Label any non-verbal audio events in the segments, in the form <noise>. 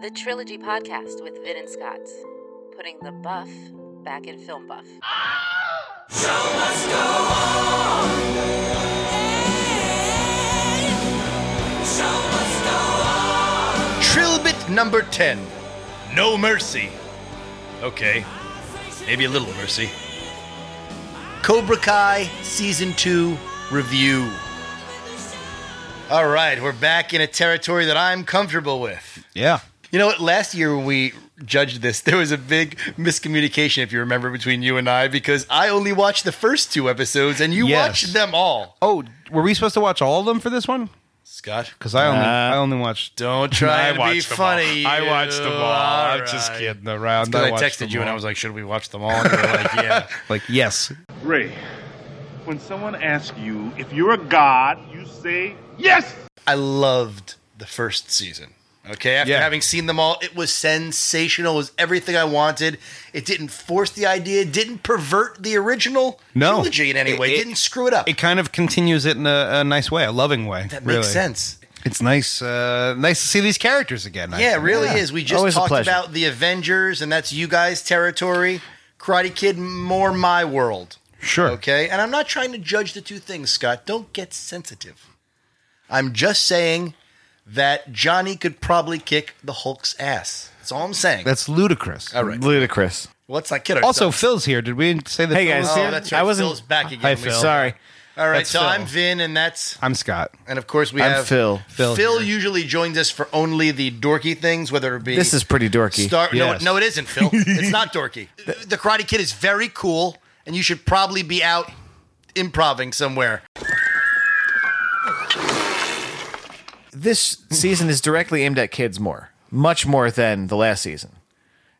The Trilogy Podcast with Vin and Scott, putting the buff back in film buff. Trilbit number 10. No mercy. Okay. Maybe a little mercy. Cobra Kai Season 2 Review. All right, we're back in a territory that I'm comfortable with. Yeah. You know what? Last year when we judged this, there was a big miscommunication, if you remember, between you and I, because I only watched the first two episodes and you Yes. watched them all. Oh, were we supposed to watch all of them for this one? Scott, Because I only Uh, I only watched. don't try I to be watched them all. funny. I watched them all. I'm All just right. kidding around. Because I, watched texted them you and I all. was like, should we watch them all? And you were like, yeah. like, yes. Ray, when someone asks you if you're a god, you say yes. I loved the first season. Okay, after Yeah. having seen them all, it was sensational. It was everything I wanted. It didn't force the idea. It didn't pervert the original No. trilogy in any It- way. It, it- didn't screw it up. It kind of continues it in a, a nice way, a loving way. that really. makes sense. It's nice, uh, nice to see these characters again. I Yeah, it think. really is. We just Always a talked pleasure. about the Avengers, and that's you guys' territory. Karate Kid, more my world. Sure. Okay. And I'm not trying to judge the two things, Scott. Don't get sensitive. I'm just saying that Johnny could probably kick the Hulk's ass. That's all I'm saying. That's ludicrous. all right. Ludicrous. Let's not kid ourselves. Also, Phil's here. Did we say that? Hey, Phil guys. was oh, here? that's right. I wasn't- Phil's back again. Hi, We- Phil. Sorry. All right. That's So Phil. I'm Vin, and that's I'm Scott. and of course we I'm have Phil. Phil, Phil here. usually joins us for only the dorky things, whether it be This is pretty dorky. Star- Yes. no, no, it isn't, <laughs> Phil. it's not dorky. The Karate Kid is very cool, and you should probably be out improving somewhere. this season is directly aimed at kids more, much more than the last season.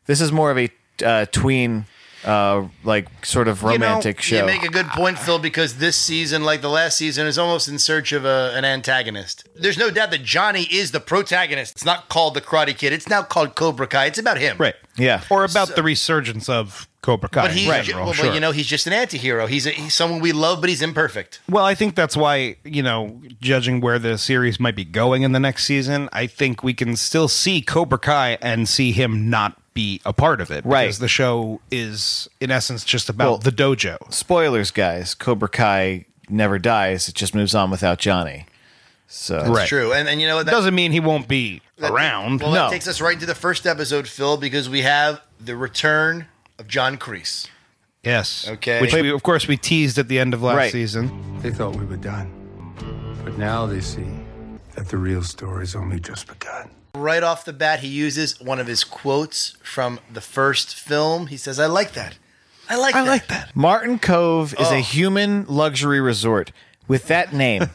This is more of a uh, tween, uh, like sort of romantic You show. make a good point, Phil, because this season, like the last season, is almost in search of a, an antagonist. There's no doubt that Johnny is the protagonist. It's not called the Karate Kid. It's now called Cobra Kai. It's about him. Right. Yeah. Or about the resurgence of Cobra Kai. But he's in ju- general, well, but, sure. you know, he's just an anti-hero. He's, a, he's someone we love, but he's imperfect. Well, I think that's why, you know, judging where the series might be going in the next season, I think we can still see Cobra Kai and see him not be a part of it. Right. Because the show is, in essence, just about Well- the dojo. Spoilers, guys. Cobra Kai never dies. It just moves on without Johnny. So Right. It's true. And and you know what? That, Doesn't mean he won't be that- around. Well, that No. takes us right into the first episode, Phil, because we have the return of John Kreese. yes. Okay. Which, we, of course, we teased at the end of last Right. season. They thought we were done. But now they see that the real story's only just begun. Right off the bat, he uses one of his quotes from the first film. He says, "I like that. I like. I that. like that." Martin Cove is a Oh. human luxury resort with <laughs> that name.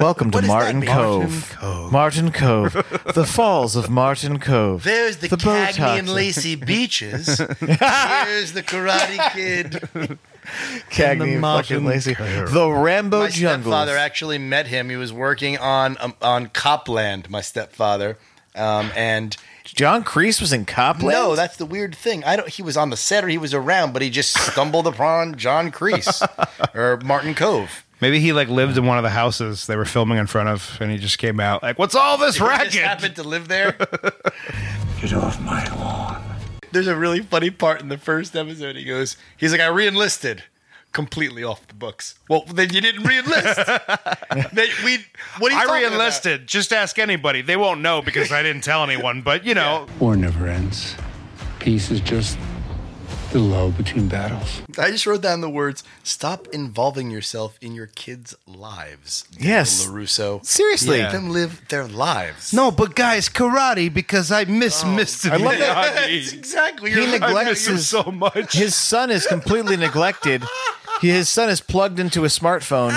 Welcome to does that Martin mean? Cove. Martin Cove. the falls of Martin Cove. There's the, Botox. Cagney and <laughs> Lacey beaches. Here's the Karate Kid. Cagney the and Martin fucking Lacey. Cove. The Rambo My Jungle. stepfather actually met him. He was working on um, on Copland. My stepfather, um, and John Kreese was in Copland? no, that's the weird thing. I don't. He was on the set or he was around, but he just stumbled upon John <laughs> Kreese or Martin Cove. Maybe he, like, lived in one of the houses they were filming in front of, and he just came out, like, what's all this He just racket? happened to live there. Get off my lawn. There's a really funny part in the first episode. He goes, he's like, I reenlisted. Completely off the books. Well, then you didn't <laughs> reenlist. Then we, what are you talking I about? re-enlisted. Just ask anybody. They won't know because I didn't tell anyone, but, you know. War never ends. Peace is just the lull between battles. I just wrote down the words: "Stop involving yourself in your kids' lives." Daniel Yes. Larusso. Seriously. Let them live their lives. No, but guys, karate because I Oh, miss Mr. I love that. That's exactly. He You're right. neglects I miss him his- so much. <laughs> His son is completely neglected. He- His son is plugged into a smartphone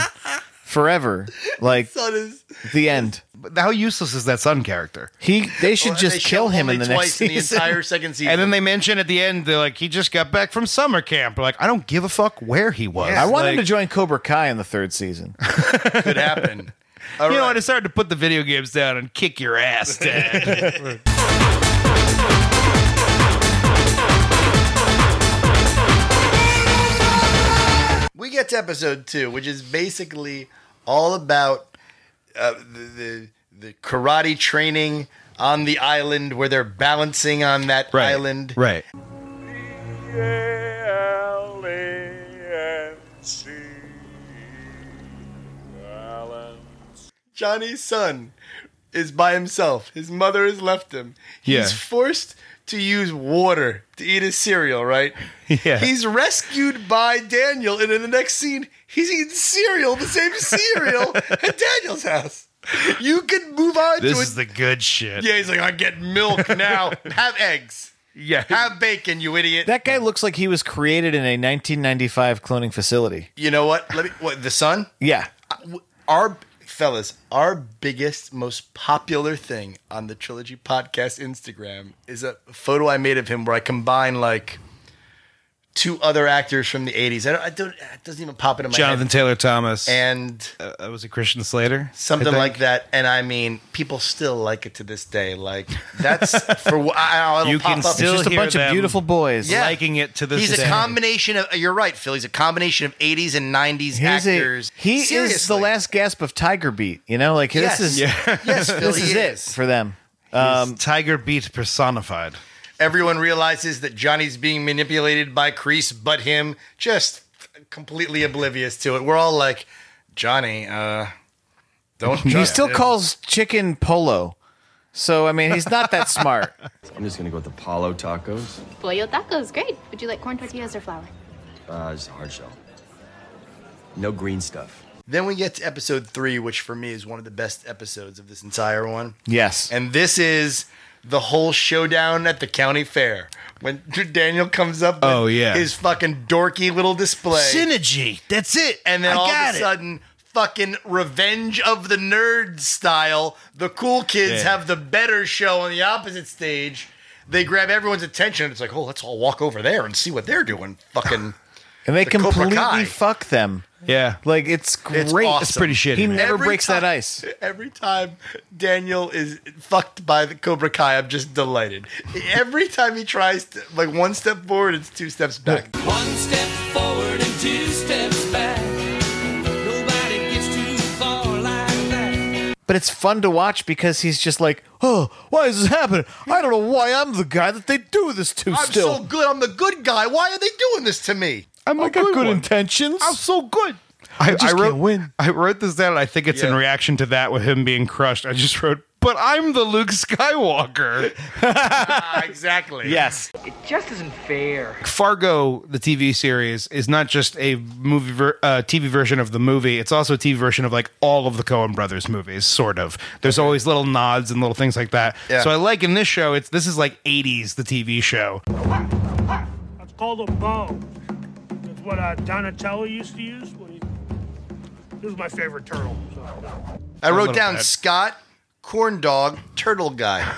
forever. Like Son is- the end. How useless is that son character? He they should Well, just they kill show him in only the next twice in the season. entire second season. And then they mention at the end, they're like, he just got back from summer camp. We're like, I don't give a fuck where he was. <laughs> I want him Like, to join Cobra Kai in the third season. <laughs> could happen. You know what? It's hard to put the video games down and kick <laughs> your ass, Dad. we get to episode two, which is basically all about uh, the, the the karate training on the island where they're balancing on that Right. island. Right. Johnny's son is by himself. His mother has left him. Yeah. He's forced to use water to eat his cereal, right? <laughs> Yeah. He's rescued by Daniel, and in the next scene, he's eating cereal, the <laughs> same cereal, at Daniel's house. You can move on This to is it. the good shit. yeah, he's like, I get <laughs> milk now. Have eggs. Yeah. Have bacon, you idiot. That guy looks like he was created in a 1995 cloning facility. you know what? Let me. What the son? Yeah. our fellas, our biggest, most popular thing on the trilogy podcast Instagram is a photo I made of him where I combine like two other actors from the '80s. I don't. I don't it doesn't even pop into my Jonathan head. Taylor Thomas. And uh, was it Christian Slater? I something think? like that, and I mean, people still like it to this day. Like <laughs> that's for wh- I don't know, it'll You pop can up. still It's just a hear bunch of them. beautiful boys. Yeah. liking it to this He's day. a combination of. You're right, Phil. He's a combination of '80s and '90s Here's a, actors. he is the Seriously. last gasp of Tiger Beat. You know, like Yes. <laughs> this <laughs> is yes, Phil. this he is it for them. um, Tiger Beat personified. Everyone realizes that Johnny's being manipulated by Crease, but him just completely oblivious to it. We're all like, Johnny, uh, don't. He trust still him." calls chicken polo. So I mean, he's not that smart. <laughs> I'm just gonna go with the Palo tacos. Pollo tacos, great. Would you like corn tortillas or flour? Uh, just a hard shell. No green stuff. Then we get to episode three, which for me is one of the best episodes of this entire one. Yes. And this is the whole showdown at the county fair when <laughs> Daniel comes up. With Oh, yeah. his fucking dorky little display. Synergy. That's it. And then all of a sudden, fucking Revenge of the Nerds style, the cool kids Yeah. have the better show on the opposite stage. They grab everyone's attention. It's like, oh, let's all walk over there and see what they're doing. Fucking and they the Cobra Kai. completely fuck them. Yeah. Like it's great. It's awesome. It's pretty shitty. He man. <laughs> never Every breaks time- that ice. <laughs> Every time Daniel is fucked by the Cobra Kai, I'm just delighted. Every time he tries to, like, one step forward, it's two steps back. One step forward and two steps back. Nobody gets too far like that. But it's fun to watch because he's just like, oh, why is this happening? I don't know why I'm the guy that they do this to. I'm still, so good. I'm the good guy. Why are they doing this to me? I'm I got good intentions. so good. I, just wrote, can't win. I wrote this down. and I think it's in Yeah. reaction to that with him being crushed. I just wrote, but I'm the Luke Skywalker. Ah, exactly. yes, Just isn't fair. Fargo, the TV series, is not just a movie ver- uh, TV version of the movie. It's also a TV version of like all of the Coen Brothers movies, sort of. There's always little nods and little things like that. Yeah. So I like in this show, it's this is like '80s the TV show. That's called a bow. That's what uh, Donatello used to use when he. This is my favorite turtle. So. I wrote little down bit. Scott, corn dog, turtle guy.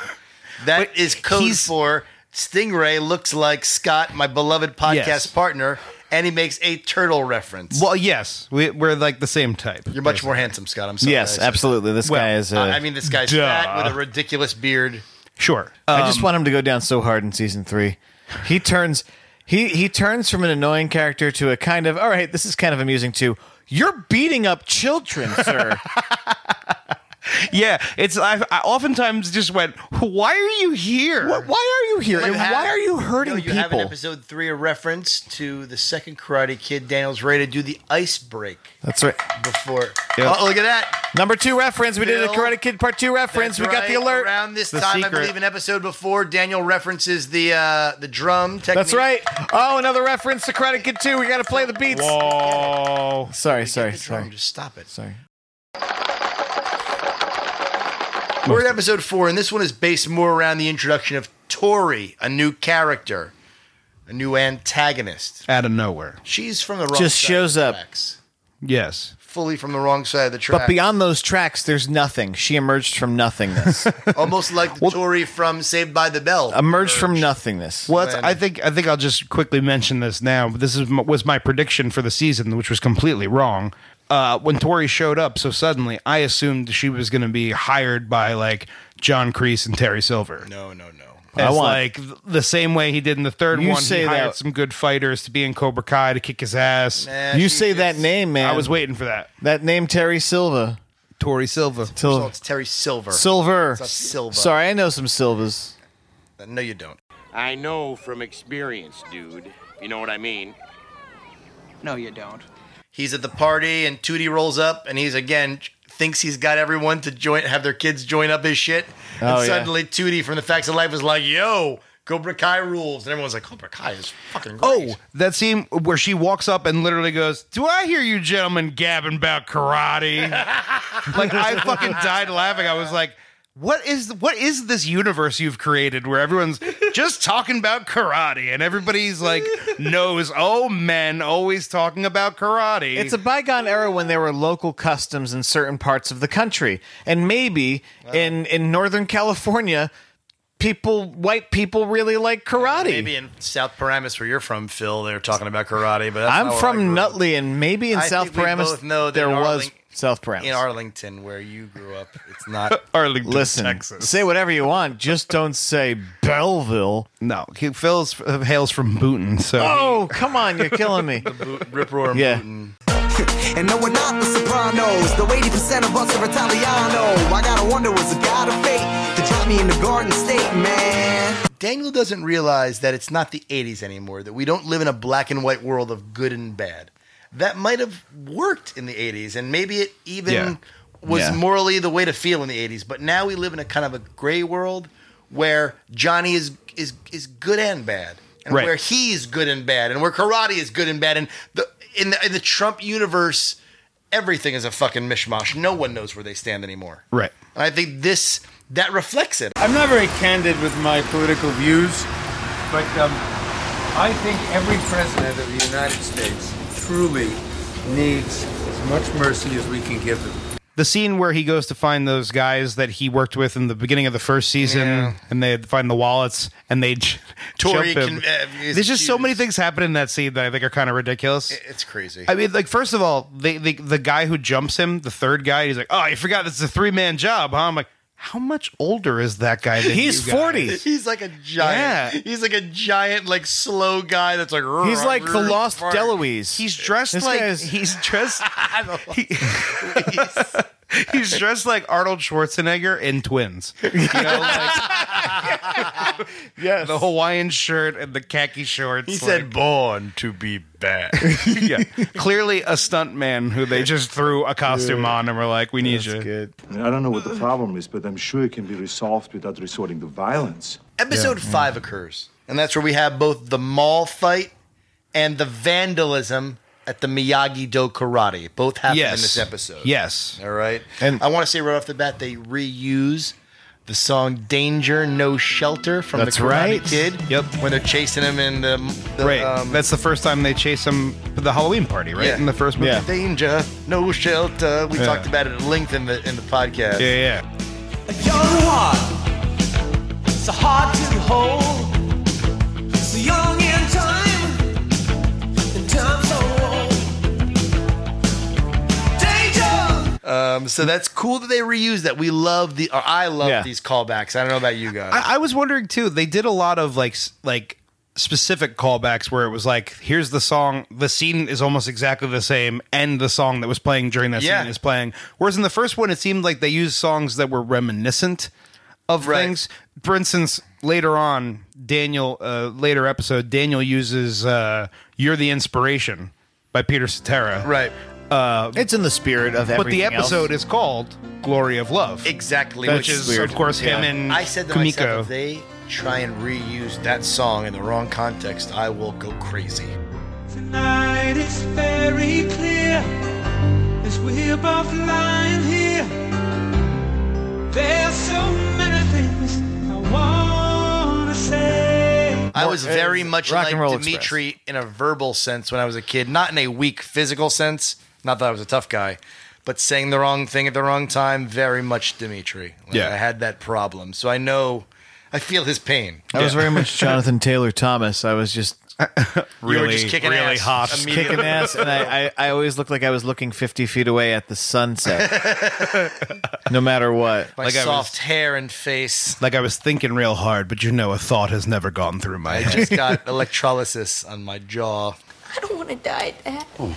That is code he's- for Stingray looks like Scott, my beloved podcast Yes. partner, and he makes a turtle reference. Well, yes, we, we're like the same type. You're much more handsome, Scott. I'm sorry. yes, I said- absolutely. This Well, guy is. Uh, I I mean, this guy's Duh. fat with a ridiculous beard. Sure. Uh, I Um, just want him to go down so hard in season three. He turns, he he turns from an annoying character to a kind of all right. This is kind of amusing too. You're beating <laughs> up children, sir. Yeah, it's I've, I oftentimes just went, why are you here? What- why are you here? You And have- why are you hurting no, you have people? in episode three a reference to the second Karate Kid. Daniel's ready to do the ice break That's right. before. Yeah. Oh, look at that! Number two reference. We did a Bill. Karate Kid Part Two reference. That's we got the right. alert. around this The time. I secret. believe an episode before Daniel references the uh, the drum technique. That's right. Oh, another reference to Karate Kid Two. We got to play the beats. Whoa. Sorry, Get sorry, the drum, sorry, Just stop it. sorry. We're at episode four, and this one is based more around the introduction of Tori, a new character, a new antagonist. Out of nowhere. She's from the wrong Just side shows of the up. tracks. Yes. Fully from the wrong side of the track. But beyond those tracks, there's nothing. She emerged <laughs> from nothingness. almost like the Tori from Saved by the Bell. emerged from nothingness. Well, it's, When- I think I think I'll just quickly mention this now. This is m- was my prediction for the season, which was completely wrong. Uh, when Tori showed up so suddenly, I assumed she was going to be hired by like John Creese and Terry Silver. no, no, no. As want- like th- the same way he did in the third You one, say he hired that- some good fighters to be in Cobra Kai to kick his ass. Nah, You she say is- that name, man. I was waiting for that. That name, Terry Silva. Tori Silva. Sil- So it's Terry Silver. Silver. It's not Silva. Sorry, I know some Silvas. No, you don't. I know from experience, dude. You know what I mean? No, you don't. He's at the party and Tootie rolls up and he's again thinks he's got everyone to join have their kids join up his shit. Oh, and yeah. suddenly Tootie from the facts of life is like, yo, Cobra Kai rules. And everyone's like, Cobra Kai is fucking great. Oh, that scene where she walks up and literally goes, "Do I hear you gentlemen gabbing about <laughs> karate?" like I fucking died laughing. I was like, "What is what is this universe you've created where everyone's just talking about karate and everybody's like knows, oh, men always talking about karate." It's a bygone era when there were local customs in certain parts of the country, and maybe in in Northern California, people white people really like karate. Maybe in South Paramus where you're from, Phil, they're talking about karate, but that's I'm not where I from grew up. Nutley, and maybe in I South think we Paramus both know that there in was Arling- South Paramus. In Arlington, where you grew up, it's <laughs> not Arlington, Listen, say whatever you want, just don't say <laughs> Belleville. No, he Phil's uh, hails from Booton, so Oh, come on, you're killing me. Rip Roar yeah. And no, we're not the Sopranos. Though 80% of us are Italiano. I gotta wonder, was it God or fate to drop me in the Garden State, man? Daniel doesn't realize that it's not the 80s anymore, that we don't live in a black and white world of good and bad. That might have worked in the 80s, and maybe it even Yeah. was Yeah. morally the way to feel in the 80s. But now we live in a kind of a gray world where Johnny is, is, is good and bad, and Right. where he's good and bad, and where karate is good and bad. And the, in, the, in the Trump universe, everything is a fucking mishmash. No one knows where they stand anymore. right. And I think this, that reflects it. I'm not very candid with my political views, but um, I think every president of the United States truly needs as much mercy as we can give them. The scene where he goes to find those guys that he worked with in the beginning of the first season, and they find the wallets, and they j- <laughs> Tory jump him. con- uh, is There's just so many things happen in that scene that I think are kind of ridiculous. It's crazy. I mean, like first of all, they, they, the guy who jumps him, the third guy, he's like, "Oh, you forgot this is a three man job, huh?" I'm like, "How much older is that guy?" Than He's you guys?" 40. He's like a giant. Yeah. He's like a giant, like slow guy that's like. <laughs> He's like the lost Deloise. He's dressed This like guy <laughs> is- he's dressed. he- <laughs> he's dressed like Arnold Schwarzenegger in Twins. <laughs> Yes. The Hawaiian shirt and the khaki shorts. He said, "Born to be bad." yeah, clearly a stuntman <laughs> who they just threw a costume on and were like, "We need you." I don't know what the problem is, but I'm sure it can be resolved without resorting to violence. Episode five occurs, and that's where we have both the mall fight and the vandalism at the Miyagi Do Karate. Both happen in Yes. this episode. Yes. All right. And I want to say right off the bat, they reuse the song "Danger No Shelter" from That's the Karate right. Kid. Yep. When they're chasing him in the, the right. um, That's the first time they chase him for the Halloween party, right? In the first movie. Danger, no shelter. We Yeah. talked about it at length in the in the Yeah, podcast. yeah. A young one, so hard to hold. So young in time, and time so old. Danger! Um, so that's cool that they reuse that. We love the, or I love these callbacks. I don't know about you guys. I, I was wondering too. They did a lot of like s- like specific callbacks where it was like, here's the song. The scene is almost exactly the same, and the song that was playing during that Yeah. scene is playing. Whereas in the first one, it seemed like they used songs that were reminiscent of things. For instance, later on, Daniel, uh, later episode, Daniel uses uh, "You're the Inspiration" by Peter Cetera. Right. Uh, it's in the spirit But of the everything else. episode is called "Glory of Love." exactly, Which is, of course, him and I said to Kumiko. myself, if they try and reuse that song in the wrong context, I will go crazy. Tonight it's very clear as we're both lying here. There's so many things I wanna say. I was very much Rock like and Roll Dimitri in a verbal sense when I was a kid, not in a weak physical sense. Not that I was a tough guy, but saying the wrong thing at the wrong time, very much Dimitri. Like, Yeah. I had that problem. So I know, I feel his pain. I was very much Jonathan Taylor Thomas. I was just You were just kicking ass immediately. kicking ass, and I, I, I always looked like I was looking fifty feet away at the sunset, no matter what. My like I was, soft hair and face. Like I was thinking real hard, but you know, a thought has never gone through my I head. just <laughs> got electrolysis on my jaw. I don't want to die, Dad. Come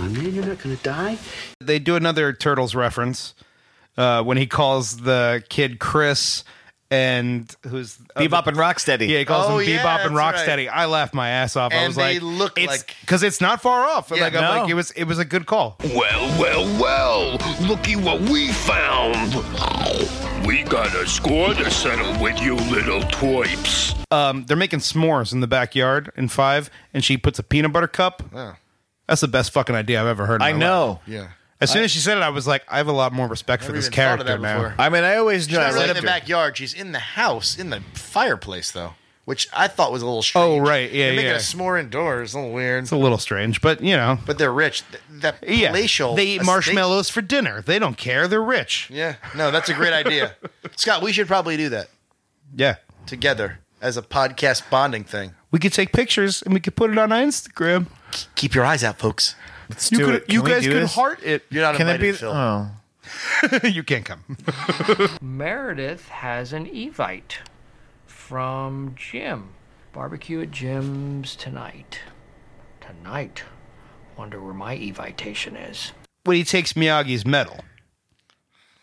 on, man, you're not gonna die. They do another Turtles reference uh, when he calls the kid Chris and who's Bebop and Rocksteady. Yeah, he calls Oh, him yeah, Bebop and that's Rocksteady. I laughed my ass off. I And was they like, look like- because it's not far off. Yeah, like, I'm no. like it was it was a good call. Well, well, well, looky what we found. We got a score to settle with you little twerps. Um, they're making s'mores in the backyard in five, and she puts a peanut butter cup. That's the best fucking idea I've ever heard. In I my know. life. Yeah. As soon as she said it, I was like, I have a lot more respect for Never this even thought of character that now. before. I mean, I always She's knew I not really in loved the her. backyard. She's in the house, in the fireplace, though, which I thought was a little strange. Oh, right. Yeah, They're making yeah. a s'more indoors. It's a little weird. It's a little strange, but you know, But they're rich. Th- That yeah, palatial. they eat estate- marshmallows for dinner. They don't care. They're rich. Yeah. No, that's a great idea. <laughs> Scott, we should probably do that Yeah, together as a podcast bonding thing. we could take pictures and we could put it on our Instagram. Keep your eyes out, folks. Let's you do could, it. Can You we guys do could this? heart it. You're not Can it invited, be- Phil. Oh. <laughs> you can't come. Meredith has an Evite from Jim. Barbecue at Jim's tonight. Tonight. Wonder where my Evitation is. when he takes Miyagi's medal.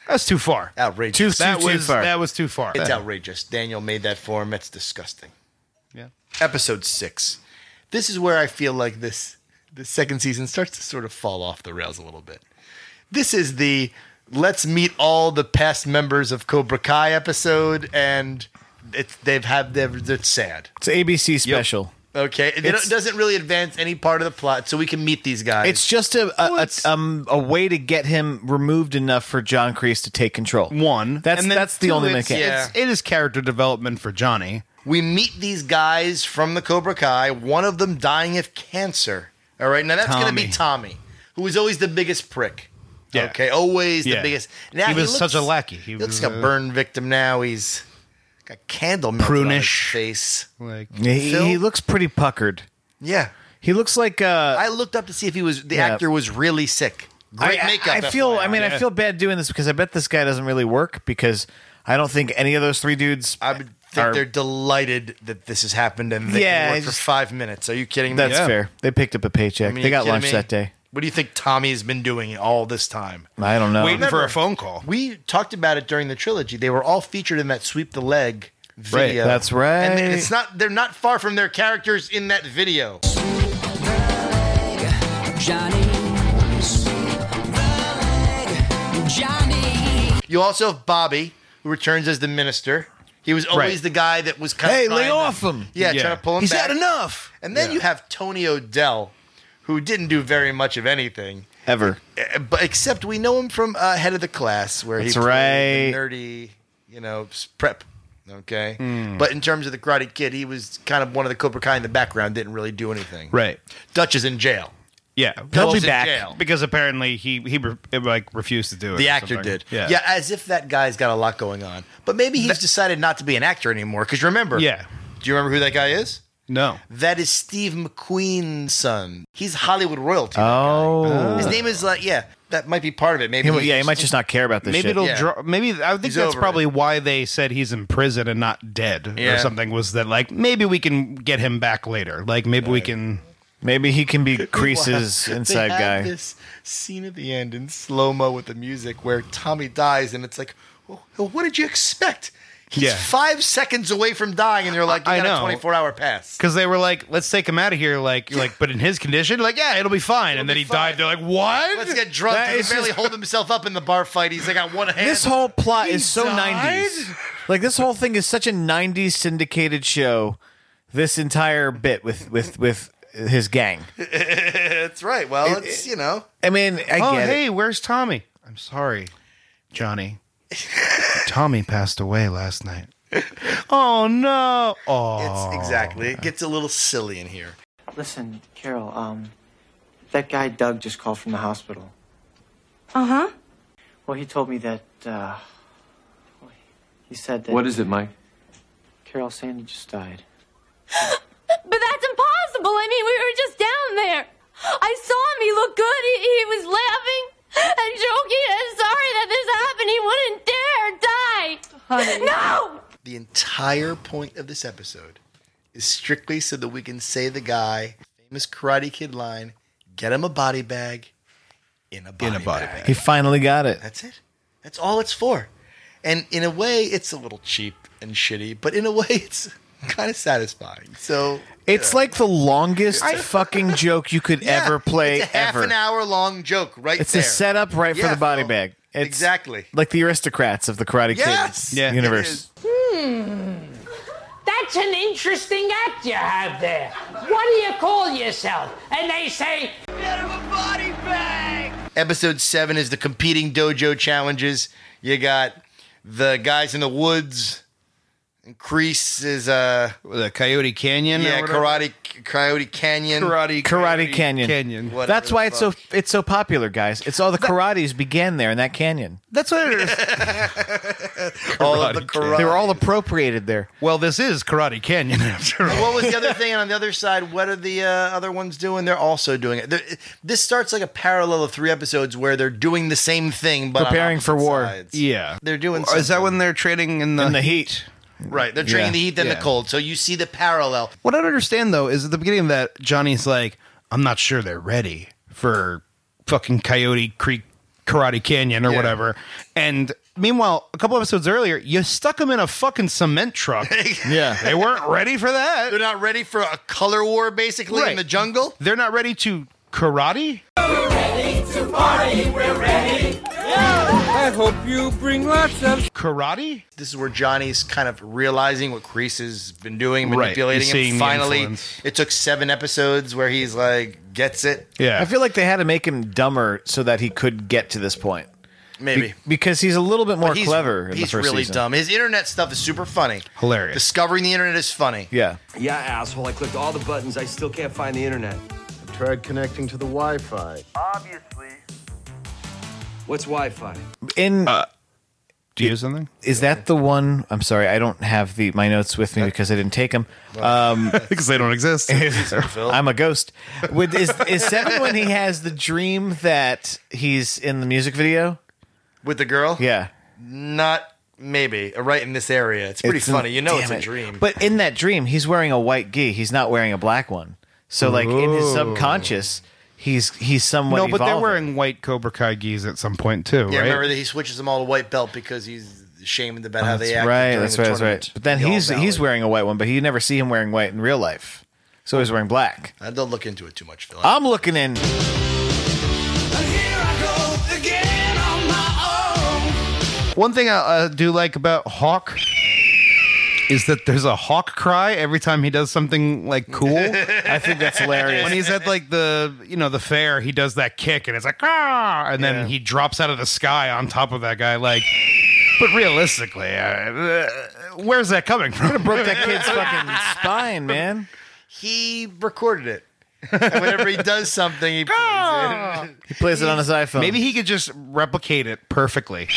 That's too far. Outrageous. that was, That was too far. It's outrageous. Daniel made that for him. That's disgusting. Yeah. Episode six. This is where I feel like this the second season starts to sort of fall off the rails a little bit. This is the let's meet all the past members of Cobra Kai episode, and it's they've had their it's sad. It's ABC special. Okay, it It's- don't- doesn't really advance any part of the plot, so we can meet these guys. It's just a a, a, um, a way to get him removed enough for John Kreese to take control. One. That's And then that's the two, only it's- mechanic. it's- It is character development for Johnny. we meet these guys from the Cobra Kai, one of them dying of cancer. All right, now that's going to be Tommy, who is always the biggest prick. Yeah. Okay, always Yeah. the biggest. He was such a lackey. He He, looks was, like a uh, burn victim now. He's got candle melted on his Prunish. face. Like He, he looks pretty puckered. yeah, He looks like uh, I looked up to see if he was the Yeah. actor was really sick. Great I, I- makeup. I feel. FYI. I mean, I feel bad doing this because I bet this guy doesn't really work because I don't think any of those three dudes. I would think they're delighted that this has happened and they Yeah, can I work just- for five minutes. Are you kidding me? That's fair. They picked up a paycheck. I mean, they you got kidding lunch me? that day. What do you think Tommy's been doing all this time? I don't know. phone call. We talked about it during the trilogy. They were all featured in that sweep the leg Right, video. that's right. And it's not they're not far from their characters in that video. Johnny's. Johnny. You also have Bobby, who returns as the minister. He was always Right. the guy that was kind Hey, of lay off him. Yeah, Yeah. trying to pull him He's back. had enough. And then Yeah. you have Tony Odell, who didn't do very much of anything. Ever. Uh, but except we know him from uh, Head of the Class, where That's he played the right. nerdy, you know, s- prep. Okay, Hmm. but in terms of the Karate Kid, he was kind of one of the Cobra Kai in the background, didn't really do anything. Right. Dutch is in jail. Yeah, He'll be back. because apparently he he re- like refused to do it. The or actor something. did. Yeah. yeah, as if that guy's got a lot going on. But maybe he's decided not to be an actor anymore. Because remember, Yeah. Do you remember who that guy is? No. That is Steve McQueen's son. He's Hollywood royalty. Oh, His name is like yeah. That might be part of it. Maybe He- yeah, he might just not care about this. Maybe shit. it'll draw. Maybe I think He's that's over probably why they said he's in prison and not dead Yeah. or something. Was that like maybe we can get him back later? Like maybe we can. Maybe <laughs> he can be Meanwhile, they have This scene at the end in slow mo with the music where Tommy dies, and it's like, well, what did you expect? He's Yeah. five seconds away from dying, and they're like, you I- I got a know. 24 hour pass. Because they were like, let's take him out of here. Like, like, but in his condition, like, yeah, it'll be fine. and then he died. They're like, what? Let's get drunk. That He can is barely just- hold himself up in the bar fight. He's like, I got one hand. This whole plot He is so died? 90s. Like this whole thing is such a 90s syndicated show. This entire bit with with with his gang. That's right. Well, it's, you know. I mean, I oh, get hey, it. where's Tommy? I'm sorry, Johnny. Tommy passed away last night. Oh no! Oh, It's exactly. It gets a little silly in here. Listen, Carol, um, that guy Doug just called from the hospital. Uh huh. Well, he told me that, uh, he said that. What is it, Mike? Carol Sandy just died. <gasps> But that's impossible. I mean, we were just down there. I saw him. He looked good. He, he was laughing and joking. I'm sorry that this happened. He wouldn't dare die. Honey. No! The entire point of this episode is strictly so that we can say the guy, famous Karate Kid line, get him a body bag in a body, He finally got it. That's it. That's all it's for. And in a way, it's a little cheap and shitty, but in a way, <laughs> it's kind of satisfying. So It's like the longest fucking joke you <laughs> could Yeah, ever play it's a half ever. an hour long joke, right? it's there. a setup right Yeah, for the body Phil. bag. It's Exactly. Like the aristocrats of the Karate Yes! Kid Yeah, it universe. Hmm. That's an interesting act you have there. What do you call yourself? And they say, Get him a body bag! Episode seven is the competing dojo challenges. You got the guys in the woods. And Crease is uh the Coyote Canyon. or Yeah, whatever? Karate Coyote Canyon. Karate Karate Canyon. Whatever That's the why it's so fuck. it's so popular, guys. It's all the karates began there in that canyon. That's what it is. All of the karate. They were all appropriated there. <laughs> Well, this is Karate Canyon <laughs> after all. what was the other thing? And on the other side, what are the uh, other ones doing? They're also doing it. They're, this starts like a parallel of three episodes where they're doing the same thing, but on Preparing for opposite war. sides. Yeah. they're doing. Or is that when they're training in the, In the heat? Right, they're training Yeah. the heat, then Yeah. the cold. So you see the parallel. What I don't understand though is at the beginning of that Johnny's like, I'm not sure they're ready for fucking Coyote Creek Karate Canyon or Yeah. whatever. And meanwhile, a couple episodes earlier, you stuck them in a fucking cement <laughs> truck. yeah, they weren't ready for that. They're not ready for a color war, basically, in Right. the jungle. They're not ready to karate. I hope you bring lots of karate. This is where Johnny's kind of realizing what Kreese has been doing, Right, manipulating he's seeing him. the Finally, influence. it took seven episodes where he's like gets it. Yeah. I feel like they had to make him dumber so that he could get to this point. Maybe. Be- because he's a little bit more But he's- clever. in the he's first really season. dumb. His internet stuff is super funny. Hilarious. Discovering the internet is funny. Yeah. Yeah, asshole. I clicked all the buttons. I still can't find the internet. I tried connecting to the Wi-Fi. Obviously. What's Wi-Fi? In do you have something? <laughs> Is that the one? I'm sorry, I don't have the my notes with Uh, me because I didn't take them. Um, because they don't exist. <laughs> I'm a ghost. With is is seven when he has the dream that he's in the music video? With the girl? Yeah. Not maybe right in this area. It's pretty in- funny. you know, it's damn a it. dream. But in that dream, he's wearing a white gi. He's not wearing a black one. So like in his Ooh. subconscious, he's he's somewhat. no, but they're evolving. wearing white Cobra Kai gis at some point too, yeah, right? remember that he switches them all to white belt because he's shamed about Oh, how that's they act. right. during That's the right. That's tournament. right. But then The he's all-valley. he's wearing a white one, but you never see him wearing white in real life. So he's wearing black. I don't look into it too much, Phil. I'm looking in. One thing I uh, do like about Hawk is that there's a hawk cry every time he does something like cool. I think that's hilarious. When he's at like the you know the fair, he does that kick and it's like ah, and then Yeah. he drops out of the sky on top of that guy. Like, but realistically, uh, where's that coming from? broke that kid's fucking spine, man. He recorded it. And whenever he does something, <laughs> he plays it. <laughs> He plays it on his <laughs> iPhone. Maybe he could just replicate it perfectly.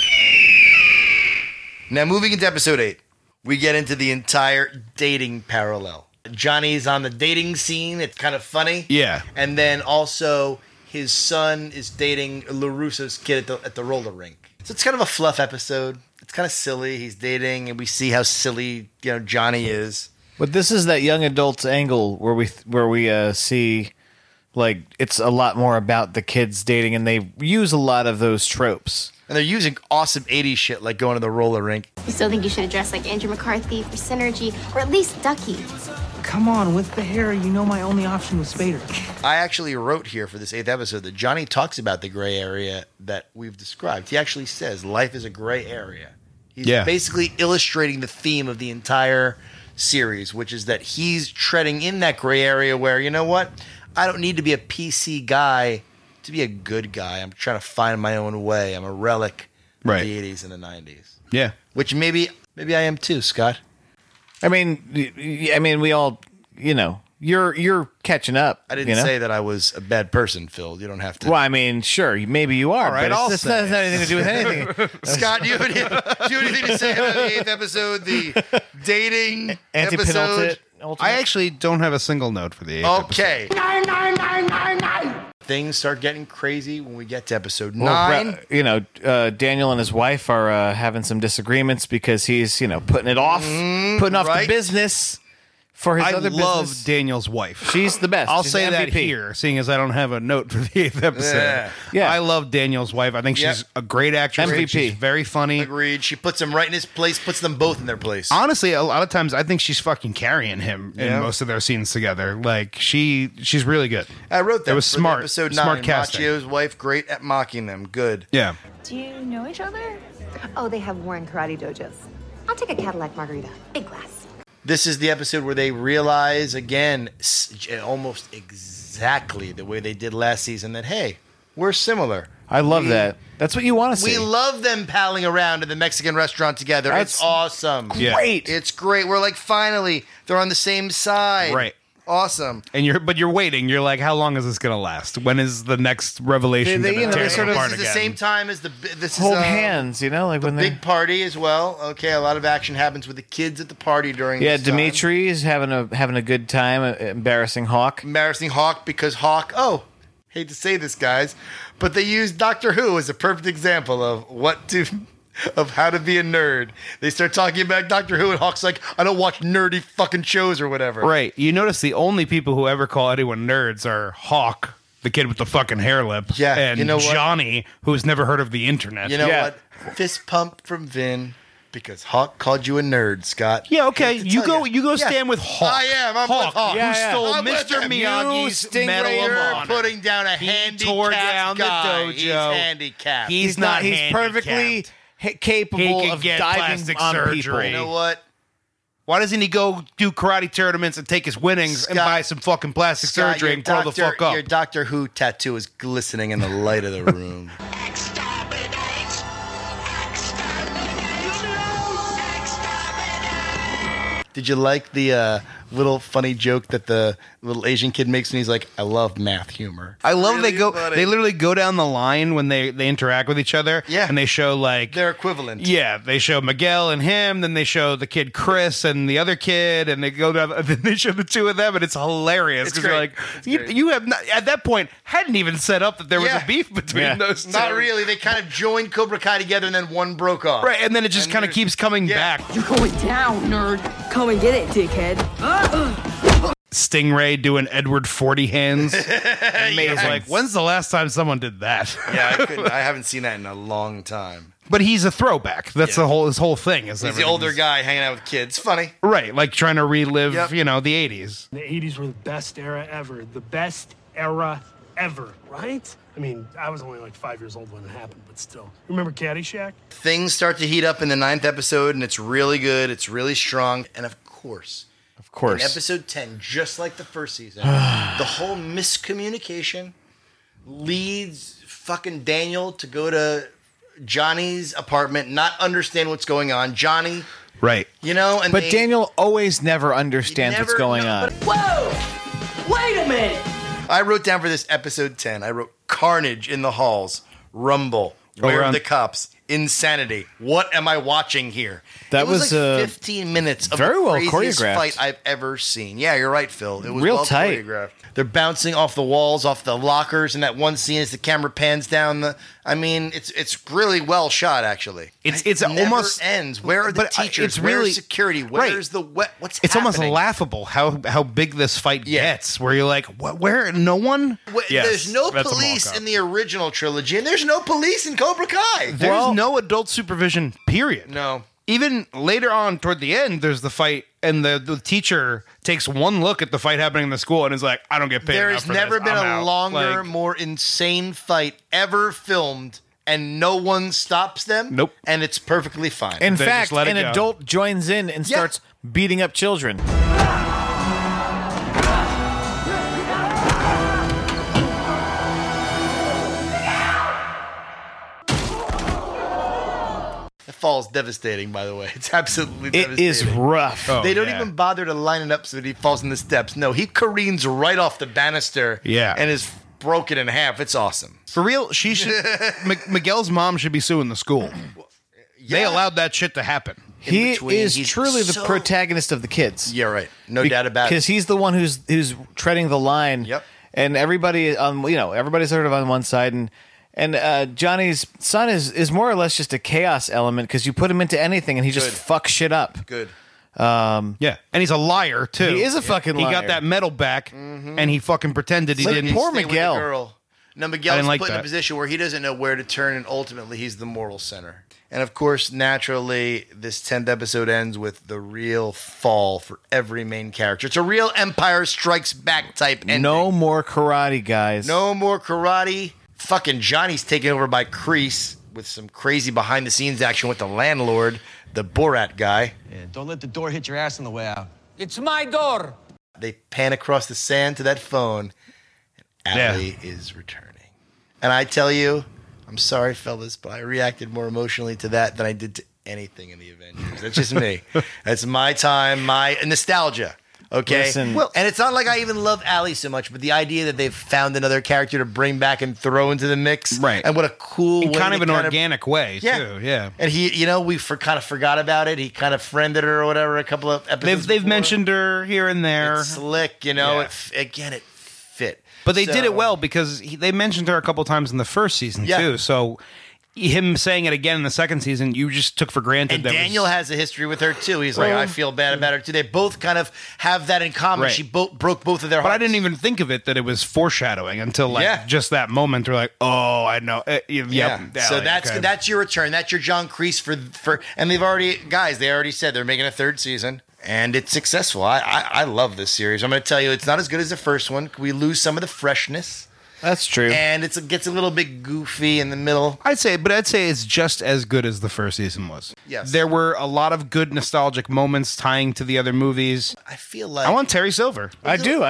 Now, moving into episode eight, we get into the entire dating parallel. Johnny's on the dating scene. It's kind of funny. Yeah. And then also, his son is dating LaRusso's kid at the, at the roller rink. So it's kind of a fluff episode. It's kind of silly. He's dating, and we see how silly you know Johnny is. But this is that young adult angle where we where we uh, see like it's a lot more about the kids dating, and they use a lot of those tropes. And they're using awesome 80s shit like going to the roller rink. You still think you should have dressed like Andrew McCarthy for Synergy, or at least Ducky. Come on, with the hair, you know my only option was Spader. I actually wrote here for this eighth episode that Johnny talks about the gray area that we've described. He actually says life is a gray area. He's Yeah. basically illustrating the theme of the entire series, which is that he's treading in that gray area where, you know what? I don't need to be a PC guy to be a good guy. I'm trying to find my own way. I'm a relic Right. of the 80s and the 90s, Yeah. which maybe maybe I am too, Scott. I mean, y- y- I mean, we all, you know, you're you're catching up. I didn't you know? say that I was a bad person, Phil. You don't have to. Well, I mean, sure, maybe you are, All right, but I'll it's, it's, say not, it's not anything to do with anything. <laughs> Scott, do you, have any, do you have anything to say about the eighth episode, the dating episode? I actually don't have a single note for the eighth Okay. No, no, no, no, no! Things start getting crazy when we get to episode Well, nine. Ra- you know, uh, Daniel and his wife are uh, having some disagreements because he's, you know, putting it off, putting Mm, off right. the business. For his I other love business- Daniel's wife. She's the best. I'll She's say the that MVP. here, seeing as I don't have a note for the eighth episode. Yeah. I love Daniel's wife. I think she's Yep. a great actress. She's very funny. Agreed. She puts him right in his place, puts them both in their place. Honestly, a lot of times I think she's fucking carrying him Yeah. in most of their scenes together. Like she, she's really good. I wrote that. It was for smart. Episode smart nine. casting. Machio's wife, great at mocking them. Good. Yeah. Do you know each other? Oh, they have worn karate dojos. I'll take a Cadillac margarita. Big glass. This is the episode where they realize again, s- j- almost exactly the way they did last season, that hey, we're similar. I love that. That's what you want to see. We love them palling around at the Mexican restaurant together. That's it's awesome. Yeah. great. It's great. We're like, finally, they're on the same side. Right. Awesome. And you're, but you're waiting. You're like, how long is this gonna last? When is the next They, revelation? they, gonna you know, tear they them sort of apart this is the again? same time as the b- this hold is, uh, hands, you know, like when they Big party as well. Okay, a lot of action happens with the kids at the party during. Yeah, this time. Dimitri is having a having a good time. uh, Embarrassing Hawk. Embarrassing Hawk because Hawk. Oh, hate to say this, guys, but they use Doctor Who as a perfect example of what to. <laughs> Of how to be a nerd. They start talking about Doctor Who, and Hawk's like, I don't watch nerdy fucking shows or whatever. Right. You notice the only people who ever call anyone nerds are Hawk, the kid with the fucking hair lip, Yeah, and you know what? Johnny, who's never heard of the internet. You know what? Fist pump from Vin because Hawk called you a nerd, Scott. Yeah, okay. You go you go Yeah. stand with Hawk. I am. I'm Hawk, with Hawk. who stole I'm with Mr. him. Miyagi's You Medal of stingrayer Honor. putting down a handicapped tore down the guy. He's dojo. handicapped. He's He's not not He's perfectly ha- capable He could of get diving plastic on surgery. people. You know what? Why doesn't he go do karate tournaments and take his winnings and Scott- buy some fucking plastic Scott, surgery your and curl the doctor- fuck up? Your Doctor Who tattoo is glistening in the light <laughs> of the room. Did you like the uh, little funny joke that the little Asian kid makes when he's like, "I love math humor." I love they go. They literally go down the line when they they interact with each other. Yeah, and they show like their equivalent. Yeah, they show Miguel and him. Then they show the kid Chris and the other kid, and they go down. <laughs> And then they show the two of them, and it's hilarious It's because you're great. like, you, you have not, at that point hadn't even set up that there was Yeah. a beef between those two. Not really. They kind of joined Cobra Kai together, and then one broke off. Right, and then it just kind of there's- keeps coming back. You're going down, nerd. Come and get it, dickhead. Stingray doing Edward <laughs> Forty hands. Amazing. It's like, when's the last time someone did that? <laughs> yeah, I, couldn't, I haven't seen that in a long time. But he's a throwback. That's the whole his whole thing. Is He's the everything older is- guy hanging out with kids. Funny. right? Like trying to relive, Yep. you know, the '80s. The 80s were the best era ever. The best era ever, right? I mean, I was only like five years old when it happened, but still. Remember Caddyshack? Things start to heat up in the ninth episode, and it's really good. It's really strong, and of course, Of course. in episode ten, just like the first <sighs> season, the whole miscommunication leads fucking Daniel to go to Johnny's apartment, not understand what's going on. Johnny, right? you know, and but they- Daniel always never understands what's never- going no, on. Whoa! Wait a minute! I wrote down for this episode 10, I wrote Carnage in the Halls, Rumble, Oh, Where we're are on- the Cops, Insanity. What am I watching here? That it was, was, like uh, 15 minutes of very the well craziest choreographed. fight I've ever seen. Yeah, you're right, Phil. It was Real well tight. choreographed. They're bouncing off the walls, off the lockers, and that one scene as the camera pans down the I mean, it's it's really well shot actually. It's it's It never almost ends. Where are the but I- teachers? It's Where's really security? right. Where's the what what's It's almost happening? laughable how how big this fight gets. Where you're like, what? Where? No one. Wh- there's no that's a police mockup. in the original trilogy, and there's no police in Cobra Kai. There's no adult supervision. Period. No. Even later on, toward the end, there's the fight, and the, the teacher takes one look at the fight happening in the school and is like, "I don't get paid." There enough has for never this. been I'm a out." longer, Like, more insane fight ever filmed, and no one stops them. Nope. And it's perfectly fine. In fact, an adult joins in and Yeah. starts beating up children. It falls devastating, by the way. <laughs> It's absolutely It devastating. is rough. Oh, they don't yeah. even bother to line it up so that he falls in the steps. No, he careens right off the banister Yeah. and is broken in half. It's awesome. for real, <laughs> she should. M- Miguel's mom should be suing the school. They allowed that shit to happen. He between, is he's truly the so- protagonist of the kids. Yeah, right. No doubt about it. Because he's the one who's who's treading the line. Yep. And everybody on you know everybody's sort of on one side and and uh, Johnny's son is is more or less just a chaos element because you put him into anything and he just Good. fucks shit up. Good. Um, yeah, and he's a liar too. He is a fucking He liar. got that medal back, and he fucking pretended he Like, didn't. poor Stay with the Miguel. girl. girl. Now Miguel's didn't like put in that. a position where he doesn't know where to turn, and ultimately he's the moral center. And of course, naturally, this tenth episode ends with the real fall for every main character. It's a real Empire Strikes Back type ending. No more karate, guys. No more karate. Fucking Johnny's taken over by Crease with some crazy behind the scenes action with the landlord, the Borat guy. Don't let the door hit your ass on the way out. It's my door. They pan across the sand to that phone, and Allie is returning. And I tell you, I'm sorry, fellas, but I reacted more emotionally to that than I did to anything in the Avengers. That's just <laughs> me. That's my time, my nostalgia. Okay. Listen. Well, and it's not like I even love Allie so much, but the idea that they've found another character to bring back and throw into the mix, right? And what a cool, In way kind to of an organic way too. Yeah. And he, you know, we for, kind of forgot about it. He kind of friended her or whatever a couple of episodes. They've they've before. mentioned her here and there. It's slick, you know. Yeah. It f again, it fit. But they did So- it well because he, they mentioned her a couple times in the first season Yeah. too. So him saying it again in the second season, you just took for granted And that Daniel was, has a history with her too. He's like, Well- I feel bad about her too. They both kind of have that in common. Right. She both broke both of their But I hearts. didn't even think of it that it was foreshadowing until like Yeah. just that moment. They're like, oh, I know. Uh, yeah, Yeah. yeah, so like, that's okay. that's your return. That's your John Creese for for. And they've already guys. They already said they're making a third season, and it's successful. I I, I love this series. I'm going to tell you, it's not as good as the first one. We lose some of the freshness, That's true. and it's, it gets a little bit goofy in the middle. I'd say, but I'd say it's just as good as the first season was. Yes. there were a lot of good nostalgic moments tying to the other movies. I feel like I want Terry Silver. Me too.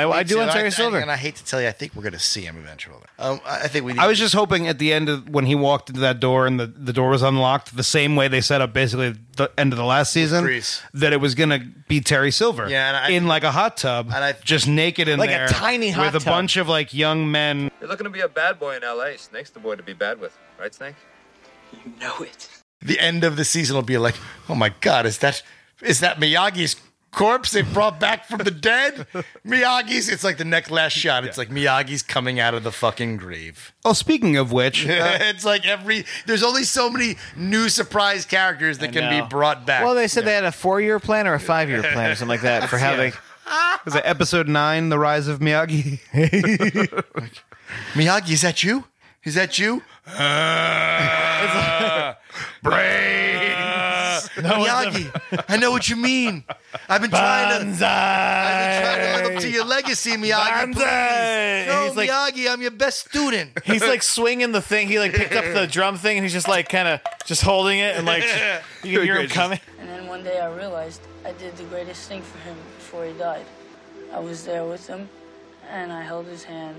and I hate to tell you, I think we're going to see him eventually. Um, I I think we. Need I was just hoping at the end of when he walked into that door and the, the door was unlocked, the same way they set up basically the end of the last season, Grease. that it was going to be Terry Silver. Yeah, and I- in like a hot tub, and I, just naked in Like a there, tiny hot with a tub. bunch of like young men. You're looking to be a bad boy in LA. Snake's the boy to be bad with, right, Snake? You know it. the end of the season will be like, oh my god, is that is that Miyagi's corpse they brought back from the <laughs> dead? Miyagi's. It's like the next last shot. It's like Miyagi's coming out of the fucking grave. Oh, speaking of which, uh, <laughs> it's like every there's only so many new surprise characters that can No. be brought back. Well, they said they had a four-year plan or a five-year plan or something like that for <laughs> how they. was it episode nine, The Rise of Miyagi? Miyagi, is that you? Is that you? <laughs> Brains. Miyagi, I know what you mean. I've been trying to. I've been trying to live up to your legacy, Miyagi. Banzai. Please. No, He's like- Miyagi, I'm your best student. He's like swinging the thing. He like picked up the drum thing and he's just like kind of just holding it <laughs> and like you can hear him coming. And then one day I realized I did the greatest thing for him before he died. I was there with him, and I held his hand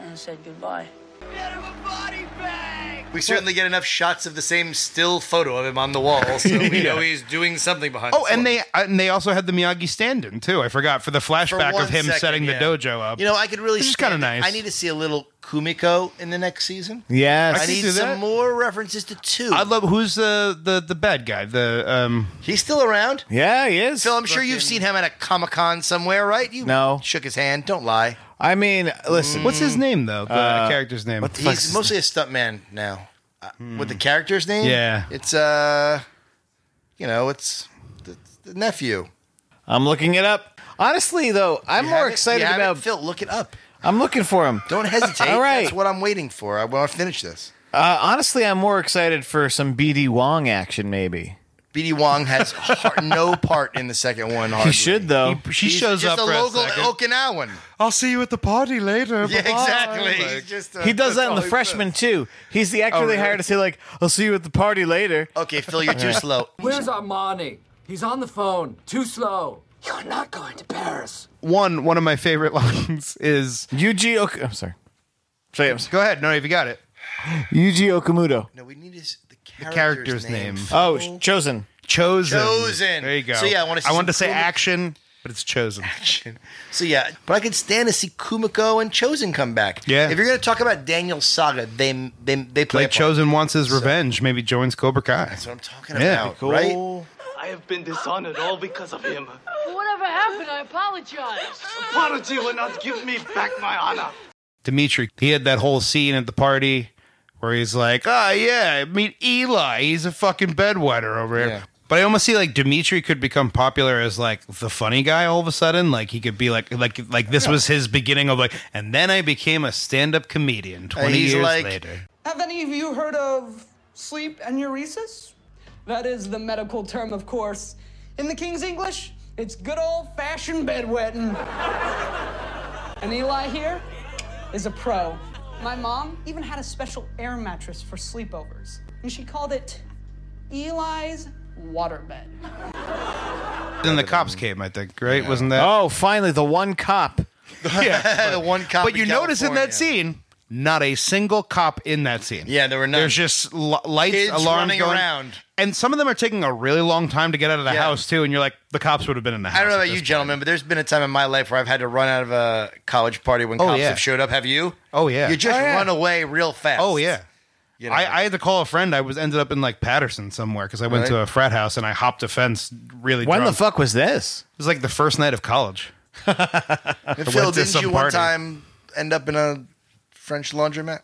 and said goodbye. <laughs> We certainly get enough shots of the same still photo of him on the wall, so <laughs> we Yeah. know he's doing something behind. Oh, the and scenes. they and they also had the Miyagi stand-in too. I forgot for the For flashback one of him second, setting yeah. the dojo up. You know, I could really. Which is stand kinda it. nice. I need to see a little Kumiko in the next season. Yes. I, need some more references to two. I love who's the the the bad guy. The um, he's still around. Yeah, he is. Phil, I'm sure you've seen him at a Comic Con somewhere, right? You No. shook his hand. Don't lie. I mean, listen. What's his name though? The Uh, character's name. what the fuck's He's mostly a stuntman now. Uh, Hmm. With the character's name, Yeah. it's uh, you know, it's the, the nephew. I'm looking it up. Honestly, though, I'm You more have it? excited You have it? about. Phil. Look it up. I'm looking for him. Don't hesitate. <laughs> All right. that's what I'm waiting for. I want to finish this. Uh, honestly, I'm more excited for some BD Wong action, maybe. BD Wong has har no part in the second one. He Hardly. should though. He's just a local Okinawan. Oh. I'll see you at the party later. Yeah, exactly. He's just, uh, he that's does that in all the he freshman too. He's the actor Oh, they really? Oh. hired to say like, "I'll see you at the party later." Okay, Phil, you're <laughs> too slow. Where's Armani? He's on the phone. Too slow. You're not going to Paris. one one of my favorite <laughs> lines is Yuji. Ok- I'm sorry. Go ahead. No, if you got it. Yuji Okamoto. No, we need his the The character's name. Oh, sh- chosen. Chosen. Chosen. There you go. So, yeah, I wanna see I wanted to some say cool- action, but it's chosen. Action. So yeah, but I could stand to see Kumiko and Chosen come back. Yeah. If you're gonna talk about Daniel's saga, they they they play a Like part. chosen wants his revenge. Maybe joins Cobra Kai. That's what I'm talking yeah. about, right? I have been dishonored all because of him. Whatever happened, I apologize. Prodigy will not give me back my honor. Dimitri, he had that whole scene at the party where he's like, "Ah, yeah, meet Eli. He's a fucking bedwetter over here." But I almost see like Dimitri could become popular as like the funny guy all of a sudden. Like he could be like like like this was his beginning of like, and then I became a stand up comedian twenty he's years like- later. Have any of you heard of sleep and enuresis? That is the medical term, of course. In the King's English, it's good old fashioned bedwetting. and Eli here is a pro. My mom even had a special air mattress for sleepovers, and she called it Eli's waterbed. Then the cops came, I think, right? Wasn't that? Oh, finally, the one cop. <laughs> yeah, the one cop. But you in notice in California. that scene, not a single cop in that scene. Yeah, there were none. There's just l- lights, Kids alarms running going around. and some of them are taking a really long time to get out of the Yeah. house too. And you're like, the cops would have been in the house. I don't know at about you, this gentlemen, but there's been a time in my life where I've had to run out of a college party when Oh, cops yeah. have showed up. Have you? Oh yeah, You just run away real fast. Oh yeah. You know? I, I had to call a friend. I was ended up in like Patterson somewhere because I went Really? to a frat house and I hopped a fence. Really, When the fuck was this? It was like the first night of college. And I Phil, <laughs> went to didn't some you one party. time end up in a French laundromat?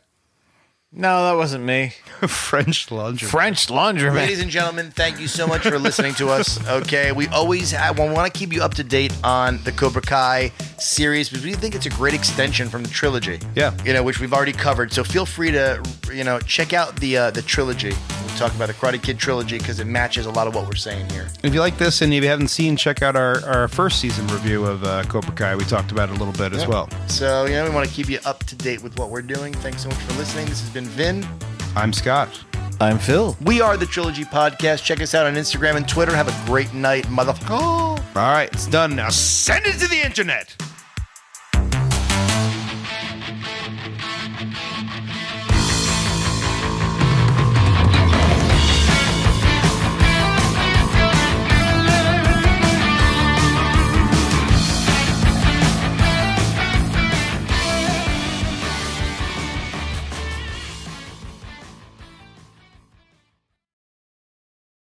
No, that <laughs> wasn't me. French laundry. French laundromat. Ladies and gentlemen, thank you so much for listening to us. Okay, we always ha- we want to keep you up to date on the Cobra Kai series because we think it's a great extension from the trilogy. Yeah, you know, which we've already covered. So feel free to you know check out the uh, the trilogy. We'll talk about the Karate Kid trilogy because it matches a lot of what we're saying here. If you like this and if you haven't seen, check out our, our first season review of uh, Cobra Kai. We talked about it a little bit as Yeah. well. So you know, we want to keep you up to date with what we're doing. Thanks so much for listening. This has been Vin. I'm Scott. I'm Phil. We are the Trilogy Podcast. Check us out on Instagram and Twitter. Have a great night, motherfucker. All right, it's done now. Send it to the internet.